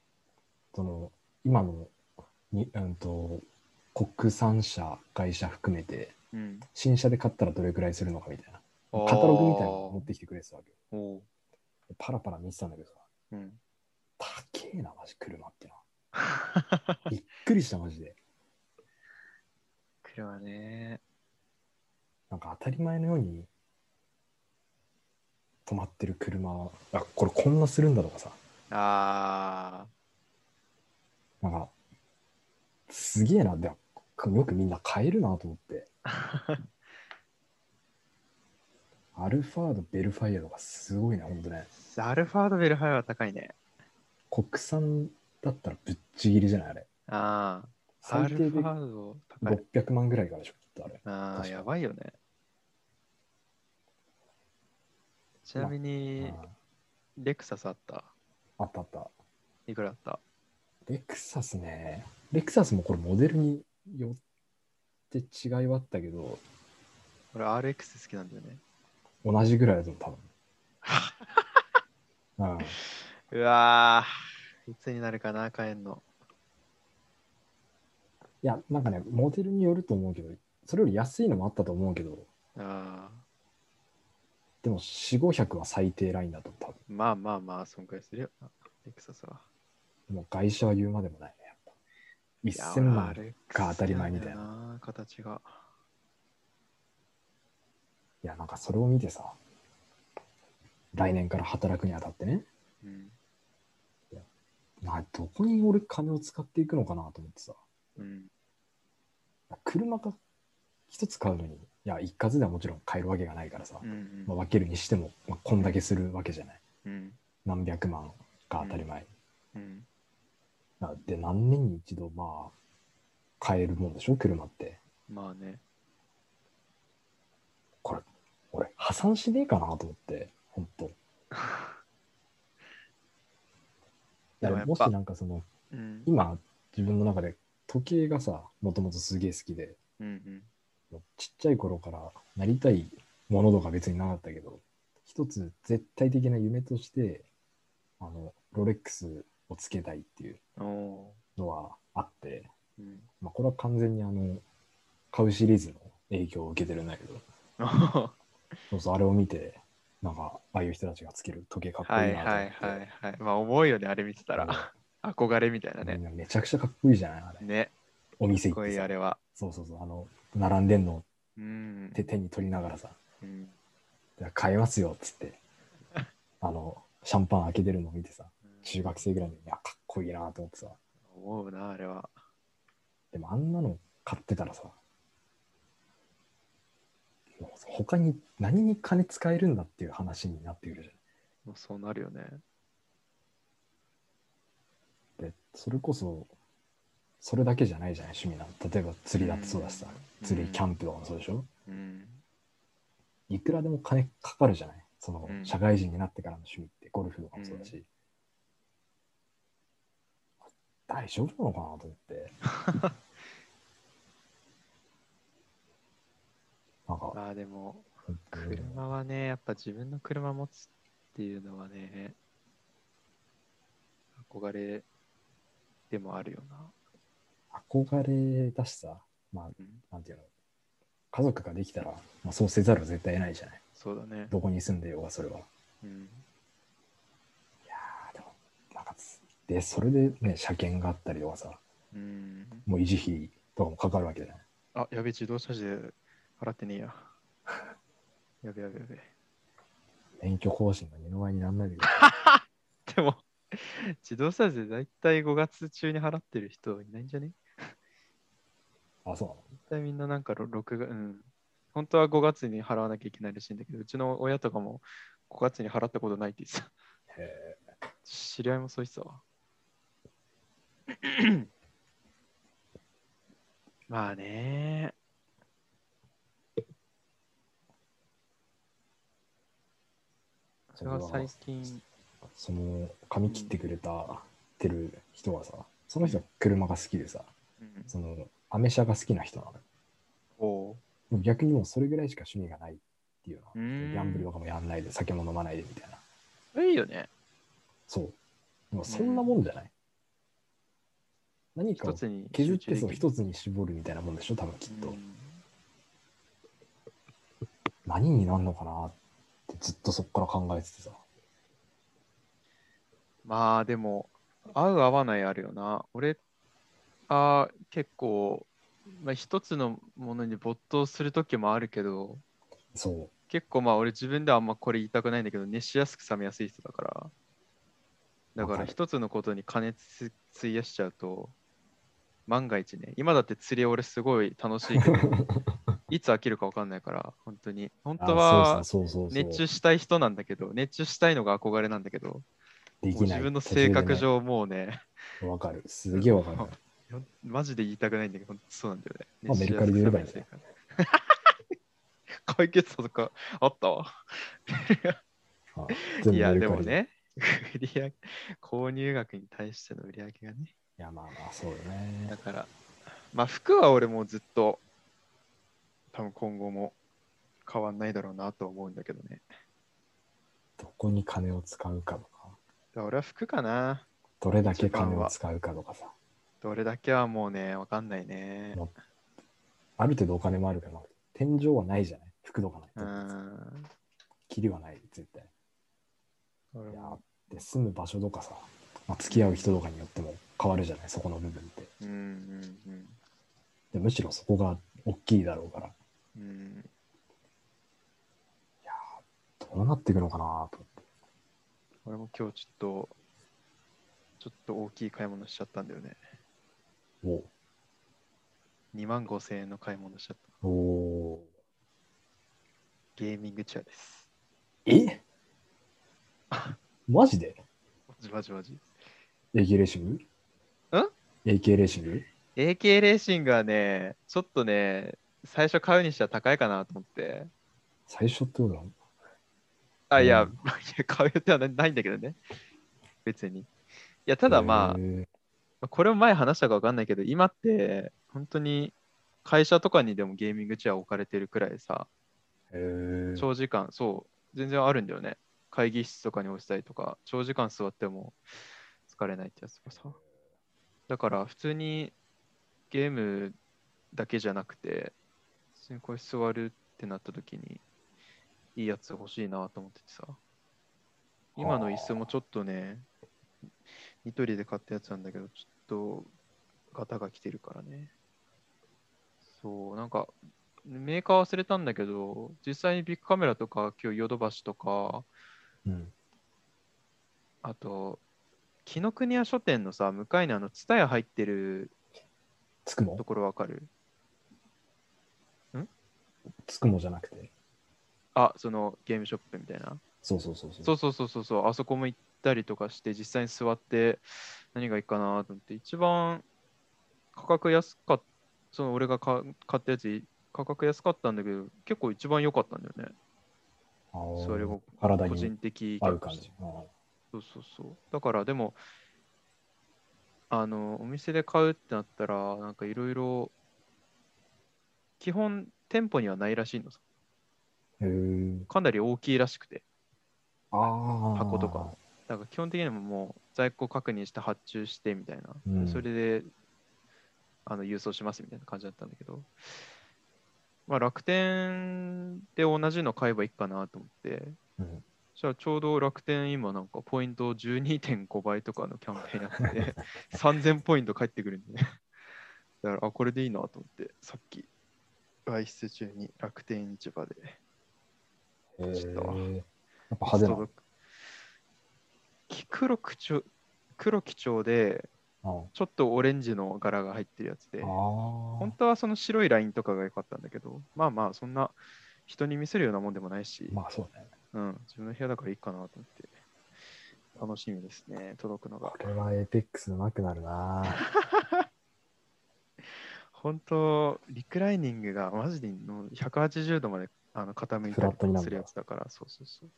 Speaker 1: その今のに、うん、と国産車会社含めて
Speaker 2: うん。
Speaker 1: 新車で買ったらどれくらいするのかみたいなカタログみたいなの持ってきてくれてたわけよ
Speaker 2: おお
Speaker 1: パラパラ見てたんだけどさ
Speaker 2: う。うん。
Speaker 1: 高えなマジ車ってなびっくりしたマジで
Speaker 2: 車ね。
Speaker 1: なんか当たり前のように止まってる車あこれこんなするんだとかさ
Speaker 2: ああ。
Speaker 1: なんかすげえなでよくみんな買えるなと思
Speaker 2: <laughs>
Speaker 1: ってアルファードベルファイアとかすごいなほんとね
Speaker 2: アルファードベルハイは高いね。
Speaker 1: 国産だったらぶっちぎりじゃないあれ。
Speaker 2: ああ。ア
Speaker 1: 最
Speaker 2: ル
Speaker 1: 低
Speaker 2: フ
Speaker 1: で
Speaker 2: ァード高い。
Speaker 1: 600万ぐらいからでしょ、きっとあれ。確
Speaker 2: ああ、
Speaker 1: か
Speaker 2: やばいよね。ちなみに、
Speaker 1: あ
Speaker 2: レクサスあった。
Speaker 1: ああったあった。
Speaker 2: いくらあった
Speaker 1: レクサスね。レクサスもこれモデルによって違いはあったけど、
Speaker 2: 俺 RX 好きなんだよね。
Speaker 1: 同じぐらいだと思う多分。うん、 <laughs>
Speaker 2: うわーいつになるかな、買えんの。
Speaker 1: いや、なんかね、モデルによると思うけど、それより安いのもあったと思うけど、
Speaker 2: ああ。
Speaker 1: でも4、500は最低ラインだと思う。多分
Speaker 2: まあまあまあ、そんくらいするよな。レクサスは。
Speaker 1: でも外車は言うまでもないね、やっぱ。1000万
Speaker 2: いや
Speaker 1: が当たり前みたいな。
Speaker 2: 俺 RX なんだよな形が。
Speaker 1: いや、なんかそれを見てさ、来年から働くにあたってね、
Speaker 2: うん。
Speaker 1: などこに俺金を使っていくのかなと思ってさ、
Speaker 2: うん。
Speaker 1: 車が一つ買うのに、いや、一括ではもちろん買えるわけがないからさ、
Speaker 2: うん。
Speaker 1: まあ、分けるにしても、まあ、こんだけするわけじゃない。
Speaker 2: うん。
Speaker 1: 何百万が当たり前。
Speaker 2: うん。
Speaker 1: なで、何年に一度、まあ、買えるもんでしょ、車って。
Speaker 2: まあね。
Speaker 1: これ、俺、破産しねえかなと思って、本当
Speaker 2: <laughs> でもやっぱ
Speaker 1: もしなんかその、
Speaker 2: うん。
Speaker 1: 今、自分の中で時計がさ、もともとすげえ好きで、
Speaker 2: うんうん。
Speaker 1: もうちっちゃい頃からなりたいものとか別になかったけど、一つ絶対的な夢として、あの、ロレックスをつけたいっていう
Speaker 2: おお
Speaker 1: のはあって、
Speaker 2: ー。うん。
Speaker 1: まあ、これは完全にあの、買うシリーズの影響を受けてるんだけど、
Speaker 2: は
Speaker 1: そうそう、あれを見て、なんか、ああいう人たちがつける時計かっこいい
Speaker 2: い
Speaker 1: なと
Speaker 2: は
Speaker 1: 思っ
Speaker 2: い
Speaker 1: て。
Speaker 2: はいはい。まあ重いよね、あれ見てたら。憧れみたいな
Speaker 1: みんな
Speaker 2: ね。
Speaker 1: めちゃくちゃかっこいいじゃないあれ。
Speaker 2: ね。
Speaker 1: お店
Speaker 2: か
Speaker 1: 行っ
Speaker 2: っこ
Speaker 1: て
Speaker 2: いい
Speaker 1: さ
Speaker 2: あれは。
Speaker 1: そうそうそう、あの、並んでんのを
Speaker 2: うん。
Speaker 1: 手手に取りながらさ、
Speaker 2: うん
Speaker 1: いや買えますよっつっ
Speaker 2: <laughs>
Speaker 1: て、あの、シャンパン開けてるのを見てさ、中学生ぐらいの時に、いや、かっこいいなと思ってさ、
Speaker 2: 思うな、あれは。
Speaker 1: でもあんなの買ってたらさ、もう他に何に金使えるんだっていう話になってくるじ
Speaker 2: もうそうなるよね。
Speaker 1: ゃん。で、それこそ、それだけじゃないじゃない、趣味なの。例えば釣りだってそうだしさ、
Speaker 2: うん
Speaker 1: 釣り、キャンプとかもそうでしょ、
Speaker 2: うん。
Speaker 1: いくらでも金かかるじゃないその、
Speaker 2: うん
Speaker 1: 社会人になってからの趣味って、ゴルフとかもそうだし。大丈夫なのかなと思って。
Speaker 2: <laughs>
Speaker 1: なんか、
Speaker 2: まあでも、
Speaker 1: 本当に
Speaker 2: 車はね、やっぱ自分の車持つっていうのはね、憧れでもあるよな。
Speaker 1: 憧れだしさ、ま
Speaker 2: うん
Speaker 1: あ、なんていうの、家族ができたら、まあ、そうせざるを絶対得ないじゃない
Speaker 2: そうだね。
Speaker 1: どこに住んでようが、それは。い
Speaker 2: うん。
Speaker 1: やー、でも、なんか、で、それでね、車検があったりとかさ、
Speaker 2: うん。
Speaker 1: もう維持費とかもかかるわけじゃない
Speaker 2: あ、やべ、自動車税払ってねえや。 <laughs> やべやべやべ。
Speaker 1: 免許更新が二の前になんないでください
Speaker 2: でも、自動車税大体5月中に払ってる人いないんじゃね
Speaker 1: あ、そうなの
Speaker 2: 絶対みんななんかろ6月、うん。本当は5月に払わなきゃいけないらしいんだけど、うちの親とかも5月に払ったことないって言ってた。
Speaker 1: へ
Speaker 2: 知り合いもそう言ってたわ。 <coughs> まあね。
Speaker 1: ー
Speaker 2: それは最近、
Speaker 1: その髪切ってくれた、てる人はさその人は車が好きでさ
Speaker 2: うん、
Speaker 1: そのアメ車が好きな人なのよ
Speaker 2: おう
Speaker 1: でも逆にもうそれぐらいしか趣味がないっていう
Speaker 2: う
Speaker 1: のギ
Speaker 2: ーん
Speaker 1: ャンブルとかもやんないで酒も飲まないでみたいな
Speaker 2: それいいよね。
Speaker 1: そうでもそんなもんじゃない、何か
Speaker 2: 一
Speaker 1: を
Speaker 2: つに
Speaker 1: 削ってそう
Speaker 2: 集中できる
Speaker 1: 一つに絞るみたいなもんでしょ多分きっと、
Speaker 2: うん
Speaker 1: 何になるのかなってずっとそっから考えててさ
Speaker 2: まあでも、合う合わないあるよな。俺、あー結構、まあ、一つのものに没頭する時もあるけど、
Speaker 1: そう
Speaker 2: 結構まあ俺自分ではあんまこれ言いたくないんだけど熱しやすく冷めやすい人だからだか
Speaker 1: わからる
Speaker 2: 一つのことに加熱費やしちゃうと万が一ね今だって釣り俺すごい楽しいけ
Speaker 1: <laughs>
Speaker 2: どいつ飽きるか分かんないから本当に本当
Speaker 1: あ
Speaker 2: は
Speaker 1: そうそうそうそうそう
Speaker 2: 熱中したい人なんだけど熱中したいのが憧れなんだけども
Speaker 1: で
Speaker 2: う
Speaker 1: きない
Speaker 2: 自分の性格
Speaker 1: 途中
Speaker 2: 上もうね
Speaker 1: でねわかるすげえわかる
Speaker 2: <laughs> ほんマジで言いたくないんだけど本当そうなんだよね
Speaker 1: まあメルカリで売ればいいんだよ
Speaker 2: 熱しやすく冷めやすいから <laughs> 解決策とかあったわ
Speaker 1: あ全部
Speaker 2: いや、
Speaker 1: メル
Speaker 2: で
Speaker 1: カ
Speaker 2: も
Speaker 1: リ
Speaker 2: ね、 <laughs> 売り上げ、購入額に対しての売り上げがね。
Speaker 1: いや、まあまあ、そうよ
Speaker 2: だ
Speaker 1: ね。
Speaker 2: から、まあ、服は俺もうずっと、多分今後も変わんないだろうなと思うんだけどね。
Speaker 1: どこに金を使うかとか、
Speaker 2: だから俺は服かな。
Speaker 1: どれだけ金を使うかとかさ、
Speaker 2: どれだけはもうね、わかんないね。
Speaker 1: ある程度お金もあるから、天井はないじゃない服とかな
Speaker 2: う
Speaker 1: いと。
Speaker 2: ん。
Speaker 1: キリはない、絶対。
Speaker 2: 俺
Speaker 1: いや
Speaker 2: も、
Speaker 1: で、住む場所とかさ、まあ、付き合う人とかによっても変わるじゃない、そこの部分って。
Speaker 2: うんうん
Speaker 1: でむしろそこが大きいだろうから、
Speaker 2: うん。うん。
Speaker 1: どうなっていくのかなと思って。
Speaker 2: 俺も今日ちょっと、ちょっと大きい買い物しちゃったんだよね。
Speaker 1: おう
Speaker 2: 2万5千円の買い物しちゃった。
Speaker 1: おー
Speaker 2: ゲーミングチェアです。
Speaker 1: <laughs> えマジで
Speaker 2: マジジマジマジ。
Speaker 1: AK レーシング
Speaker 2: ん
Speaker 1: ?AK レーシング
Speaker 2: AK レーシングはね、ちょっとね、最初買うにしては高いかなと思って。
Speaker 1: 最初ってことなの
Speaker 2: あ、いや、
Speaker 1: うん
Speaker 2: <laughs> いや買う予定はなないんだけどね。別に。いや、ただ
Speaker 1: へ
Speaker 2: まあ、
Speaker 1: ー
Speaker 2: まあこれも前話したか分かんないけど、今って本当に会社とかにでもゲーミングチェア置かれてるくらいさ、
Speaker 1: へー
Speaker 2: 長時間、そう、全然あるんだよね。会議室とかに置いてたりとか、長時間座っても疲れないってやつとかさ。だから普通にゲームだけじゃなくて、普通にこれ座るってなった時に、いいやつ欲しいなと思っててさ。今の椅子もちょっとね、ニトリで買ったやつなんだけど、ちょっと型が来てるからね。そう、なんか、メーカー忘れたんだけど、実際にビッグカメラとか、今日ヨドバシとか、
Speaker 1: うん
Speaker 2: あと、紀ノ国屋書店のさ、向かいにあの、ツタヤ入ってる
Speaker 1: つくも
Speaker 2: ところわかる
Speaker 1: つくもじゃなくて。
Speaker 2: あ、そのゲームショップみたいな。
Speaker 1: そうそうそうそう。
Speaker 2: そうそうそうそうそう、あそこも行ったりとかして、実際に座って何がいいかなと思って、一番価格安かった、その俺がか買ったやつ、価格安かったんだけど、結構一番良かったんだよね。
Speaker 1: あー
Speaker 2: それも
Speaker 1: 体
Speaker 2: 個
Speaker 1: に
Speaker 2: 人的
Speaker 1: 合う感じ。あー
Speaker 2: そうそうそう。だからでも、あの、お店で買うってなったら、なんかいろいろ、基本店舗にはないらしいのさ。
Speaker 1: へー
Speaker 2: かなり大きいらしくて。
Speaker 1: あー。
Speaker 2: 箱とか。だから基本的にはもう在庫確認して発注してみたいな、
Speaker 1: うん
Speaker 2: それであの郵送しますみたいな感じだったんだけど、まあ、楽天で同じの買えばいいかなと思って、
Speaker 1: うん
Speaker 2: じゃあちょうど楽天今なんかポイント12.5倍とかのキャンペーンやっ
Speaker 1: <laughs>
Speaker 2: てて3000ポイント返ってくるんでねだからあこれでいいなと思ってさっき外出中に楽天市場で
Speaker 1: へー
Speaker 2: ちょっと
Speaker 1: やっぱ派手な
Speaker 2: 届く黒基調黒基調で
Speaker 1: うん。
Speaker 2: ちょっとオレンジの柄が入ってるやつで
Speaker 1: あ
Speaker 2: 本
Speaker 1: ー
Speaker 2: 当はその白いラインとかが良かったんだけどまあまあそんな人に見せるようなもんでもないし、
Speaker 1: まあそうね。
Speaker 2: うん、自分の部屋だからいいかなと思って楽しみですね届くのが
Speaker 1: これはエペックスうまくなるな。
Speaker 2: 本当リクライニングがマジでの180度まであの傾い
Speaker 1: フ
Speaker 2: た
Speaker 1: ラ
Speaker 2: り
Speaker 1: ットにな
Speaker 2: とか
Speaker 1: るんだ
Speaker 2: するやつだからそうそうそう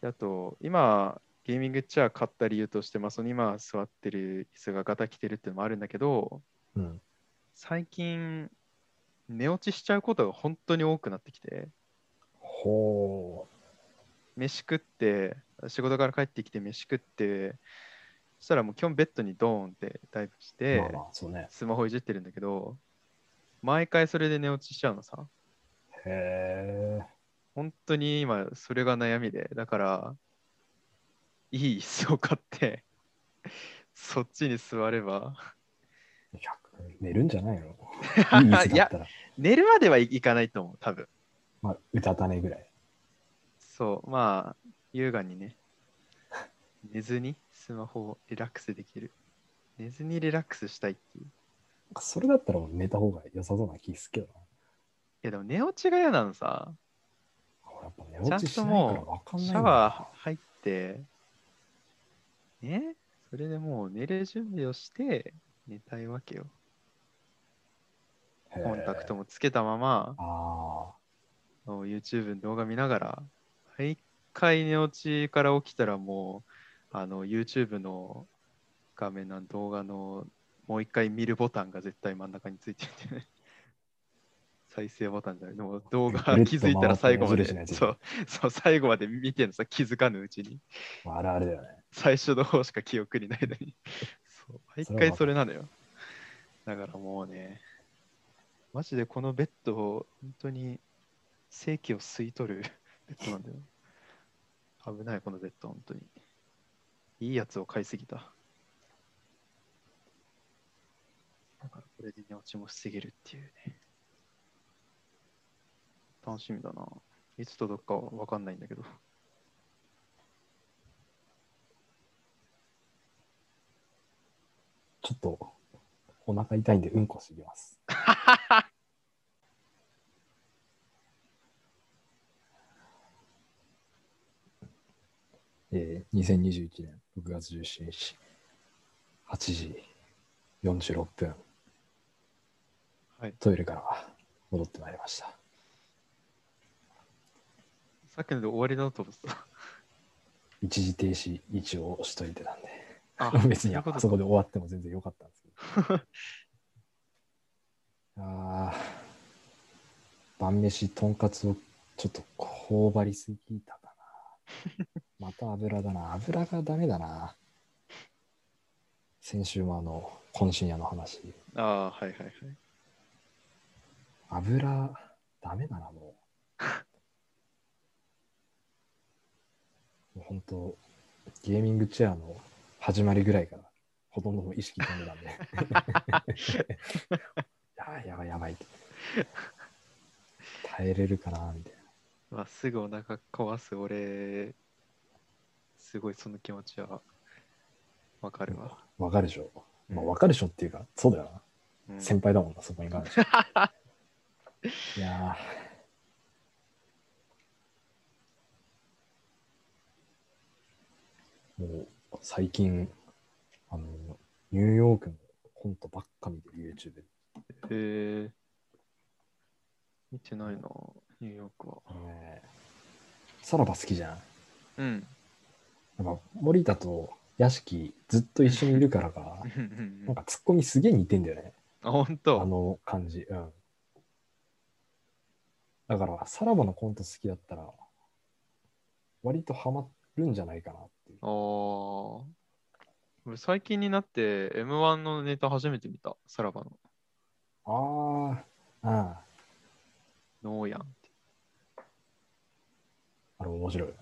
Speaker 2: であと今ゲーミングチェア買った理由として、まあ、その今座ってる椅子がガタ来てるっていうのもあるんだけど
Speaker 1: うん。
Speaker 2: 最近寝落ちしちゃうことが本当に多くなってきて
Speaker 1: ほ
Speaker 2: 飯食って仕事から帰ってきて飯食ってそしたらもう基本ベッドにドーンってダイブし
Speaker 1: う。
Speaker 2: て、
Speaker 1: まあまあそうね。
Speaker 2: スマホいじってるんだけど毎回それで寝落ちしちゃうのさ
Speaker 1: へえ。
Speaker 2: 本当に今それが悩みでだからいい椅子を買ってそっちに座れば
Speaker 1: 100寝るんじゃない
Speaker 2: <laughs>
Speaker 1: のいい椅子だったら、
Speaker 2: 寝るまではいいかないと思う多分
Speaker 1: まあ、うたたねぐらい。
Speaker 2: そうまあ優雅にね寝ずにスマホをリラックスできる寝ずにリラックスしたいっていうい
Speaker 1: それだったらもう寝た方が良さそうな気すっけどな。
Speaker 2: やでも寝落ちが嫌なのさ
Speaker 1: 俺やっぱ寝落ちしないからわかんない
Speaker 2: シ
Speaker 1: ん
Speaker 2: ャ
Speaker 1: だよ
Speaker 2: ワー入って、ね、それでもう寝る準備をして寝たいわけよ。
Speaker 1: へー
Speaker 2: コンタクトもつけたまま、
Speaker 1: あ
Speaker 2: もう YouTube の動画見ながら、毎回寝落ちから起きたらもう、あの YouTube の画面の動画のもう一回見るボタンが絶対真ん中についてて <laughs> ね。再生ボタンじゃない。でも動画
Speaker 1: ぐるっと
Speaker 2: 気づいたら最後まで
Speaker 1: 回って矢印のやつ
Speaker 2: そう、そう、最後まで見てるのさ、気づかぬうちに。
Speaker 1: ー、まあ、あるあるだよね。
Speaker 2: 最初の方しか記憶にないのに。そう毎
Speaker 1: それは
Speaker 2: 回それなのよ。だからもうね、マジでこのベッドを本当に正気を吸い取る <laughs> ベッドなんだよ。危ない、このベッド、本当に。いいやつを買いすぎた。だからこれで寝落ちも防げるっていうね。楽しみだな。いつ届くかは分かんないんだけど。
Speaker 1: ちょっとお腹痛いんでうんこしてきます。えー、2021年6月17日、8時46分、
Speaker 2: はい
Speaker 1: トイレから戻ってまいりました。
Speaker 2: さっきので終わりだと思ってた。
Speaker 1: 一時停止一応しといてたんで、
Speaker 2: あ
Speaker 1: <laughs> 別に
Speaker 2: そういう
Speaker 1: あ
Speaker 2: こと
Speaker 1: そこで終わっても全然良かったんですけ
Speaker 2: <laughs>
Speaker 1: ど。あー晩飯、とんかつをちょっと頬張りすぎたか
Speaker 2: <laughs>
Speaker 1: な。また油だな。油がダメだな。先週もあの、渾身屋の話。
Speaker 2: あー、はいはいはい。
Speaker 1: 油ダメだなもう <laughs> もう本当ゲーミングチェアの始まりぐらいからほとんどもう意識飛んでたんで <laughs> やばいやばいやばいって耐えれるかなみたいな
Speaker 2: まあ、すぐお腹壊す俺、すごいその気持ちはわかるわ。
Speaker 1: わかるでしょ、まあ、
Speaker 2: うん
Speaker 1: わかるでしょっていうかそうだよな、
Speaker 2: うん
Speaker 1: 先輩だもんなそこに関
Speaker 2: <laughs>
Speaker 1: していやーもう最近あのニューヨークのコントばっか見てる YouTube で、
Speaker 2: へえ。見てないな、ニューヨークは。
Speaker 1: あのねさらば好きじゃん
Speaker 2: うん。
Speaker 1: なんか森田と屋敷ずっと一緒にいるからか
Speaker 2: うんうんう
Speaker 1: なん
Speaker 2: ん
Speaker 1: かツッコミすげえ似てんだよね
Speaker 2: あ、本
Speaker 1: あ
Speaker 2: 当。
Speaker 1: の感じうんだからさらばのコント好きだったら割とハマるんじゃないかなっていう
Speaker 2: あー俺最近になって M1 のネタ初めて見た、さらばの。
Speaker 1: ああ、うん。あ
Speaker 2: ノーヤンって。
Speaker 1: れ面白い。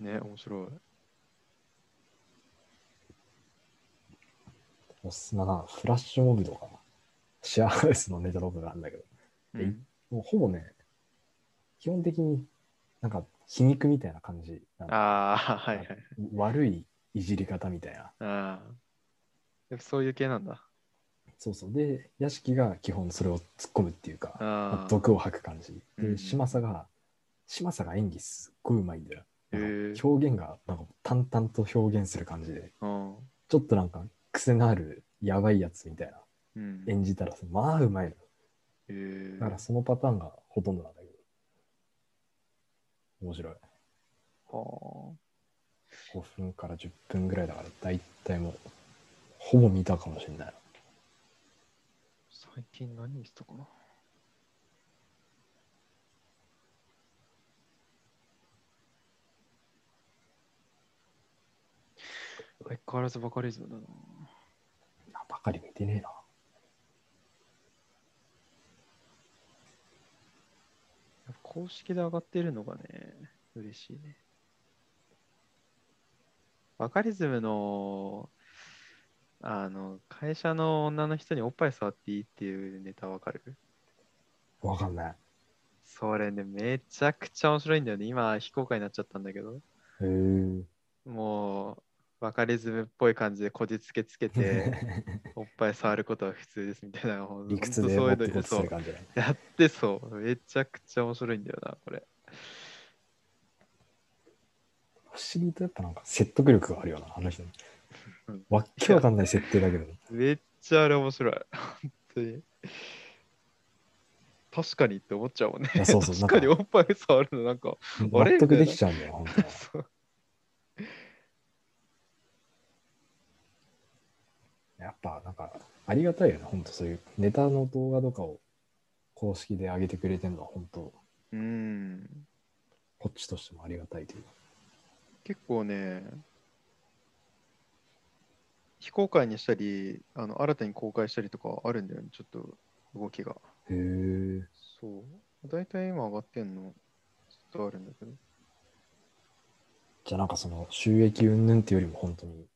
Speaker 2: ね、面白い。
Speaker 1: おすすめな、フラッシュモブとか、シェアハウスのネタとかがあるんだけど、
Speaker 2: う
Speaker 1: え
Speaker 2: ん、
Speaker 1: もうほぼね、基本的になんか皮肉みたいな感じなんだ。
Speaker 2: ああ、はいはい。
Speaker 1: 悪いいじり方みたいな。
Speaker 2: ああ。やっぱそういう系なんだ。
Speaker 1: そうそう。で、屋敷が基本それを突っ込むっていうか、
Speaker 2: ああ。
Speaker 1: 毒を吐く感じ。
Speaker 2: うんうん
Speaker 1: で、嶋佐が、嶋佐が演技すっごいうまいんだよ。
Speaker 2: へ
Speaker 1: なん
Speaker 2: え
Speaker 1: か表現がなんか淡々と表現する感じで、
Speaker 2: うん。
Speaker 1: ちょっとなんか癖のあるやばいやつみたいな。
Speaker 2: うん。
Speaker 1: 演じたらさまあうまいの
Speaker 2: えー
Speaker 1: だからそのパターンがほとんどなんだけど面白い
Speaker 2: は
Speaker 1: 5分から10分ぐらいだから大体もうほぼ見たかもしれない
Speaker 2: あ最近何見てたかな相変わらずバカリズムだな。
Speaker 1: あばかり見てねえな
Speaker 2: やっぱ公式で上がってるのがね、嬉しいね。バカリズムの、あの、会社の女の人におっぱい触っていいっていうネタわかる
Speaker 1: わかんない
Speaker 2: それね、めちゃくちゃ面白いんだよね。今、非公開になっちゃったんだけど。
Speaker 1: へえ
Speaker 2: もう、バカリズムっぽい感じでこじつけつけて、
Speaker 1: <laughs>
Speaker 2: おっぱい触ることは普通ですみたいな。
Speaker 1: <laughs> 理屈で
Speaker 2: ほ
Speaker 1: 持
Speaker 2: ん
Speaker 1: っ
Speaker 2: と
Speaker 1: て
Speaker 2: そういう
Speaker 1: こ
Speaker 2: の
Speaker 1: うと
Speaker 2: そ
Speaker 1: する感
Speaker 2: う。
Speaker 1: じだね
Speaker 2: やってそう。めちゃくちゃ面白いんだよな、これ。
Speaker 1: 不思議とやっぱなんか説得力があるよなあの人
Speaker 2: うん
Speaker 1: わっけわかんない設定だ
Speaker 2: <laughs>
Speaker 1: けど
Speaker 2: めっちゃあれ面白い。本当に。確かにって思っちゃうもんね。
Speaker 1: いやそうそう
Speaker 2: 確かに
Speaker 1: な
Speaker 2: おっぱい触るのなんか、あれ
Speaker 1: 納得できちゃうんだよ本当に
Speaker 2: そう
Speaker 1: やっぱなんかありがたいよね、本当そういうネタの動画とかを公式で上げてくれてるのは本当、
Speaker 2: うん。
Speaker 1: こっちとしてもありがたいというか。
Speaker 2: 結構ね、非公開にしたり、あの新たに公開したりとかあるんだよね、ちょっと動きが。
Speaker 1: へえ。
Speaker 2: そう。大体今上がってんの、ちょっとあるんだけど。
Speaker 1: じゃあなんかその収益云々っていうよりも本当に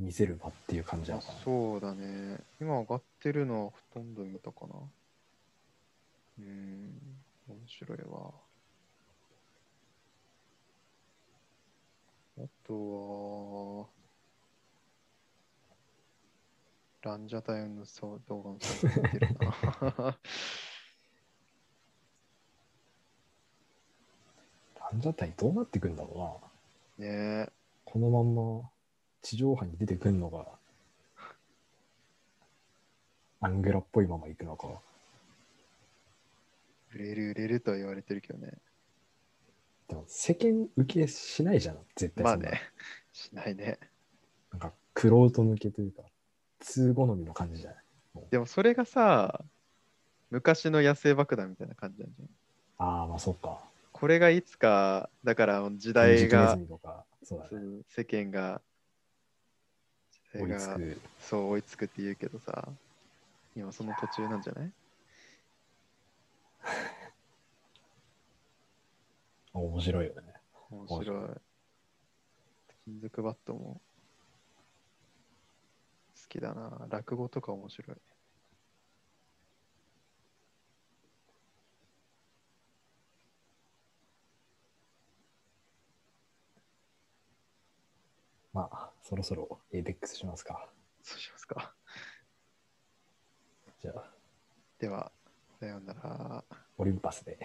Speaker 1: 見せる場っていう感じな
Speaker 2: あ
Speaker 1: のかな。
Speaker 2: そうだね。今上がってるのはほとんど見たかな。うーん、面白いわ。あとは、ランジャタイのそう動画も最近見てる <laughs> な。
Speaker 1: ラン患者体どうなってくんだろうな。
Speaker 2: ねえ。
Speaker 1: このまんま地上波に出てくんのが、アンゲラっぽいまま行くのか。
Speaker 2: 売れる売れるとは言われてるけどね。
Speaker 1: でも世間受けしないじゃん、絶対
Speaker 2: まあ
Speaker 1: んな
Speaker 2: ね。しないね。
Speaker 1: なんか、クロート向けというか、通好みの感じじゃない
Speaker 2: でもそれがさ、昔の野生爆弾みたいな感じなんじゃん。
Speaker 1: ああ、まあそっか。
Speaker 2: これがいつか、だから時代
Speaker 1: ネズ、
Speaker 2: が
Speaker 1: ミとか、そうだ
Speaker 2: そ
Speaker 1: ね。
Speaker 2: う世間が、時
Speaker 1: 追
Speaker 2: 代
Speaker 1: いつ
Speaker 2: が
Speaker 1: く。
Speaker 2: そう追いつくって言うけどさ、今その途中なんじゃない
Speaker 1: 面白いよね。
Speaker 2: 面白い
Speaker 1: 面白。
Speaker 2: 金属バットも好きだな。落語とか面白い。
Speaker 1: まあ、そろそろ APEX しますか。
Speaker 2: そうしますか。
Speaker 1: じゃあ、
Speaker 2: では、さようなら。
Speaker 1: オリンパスで。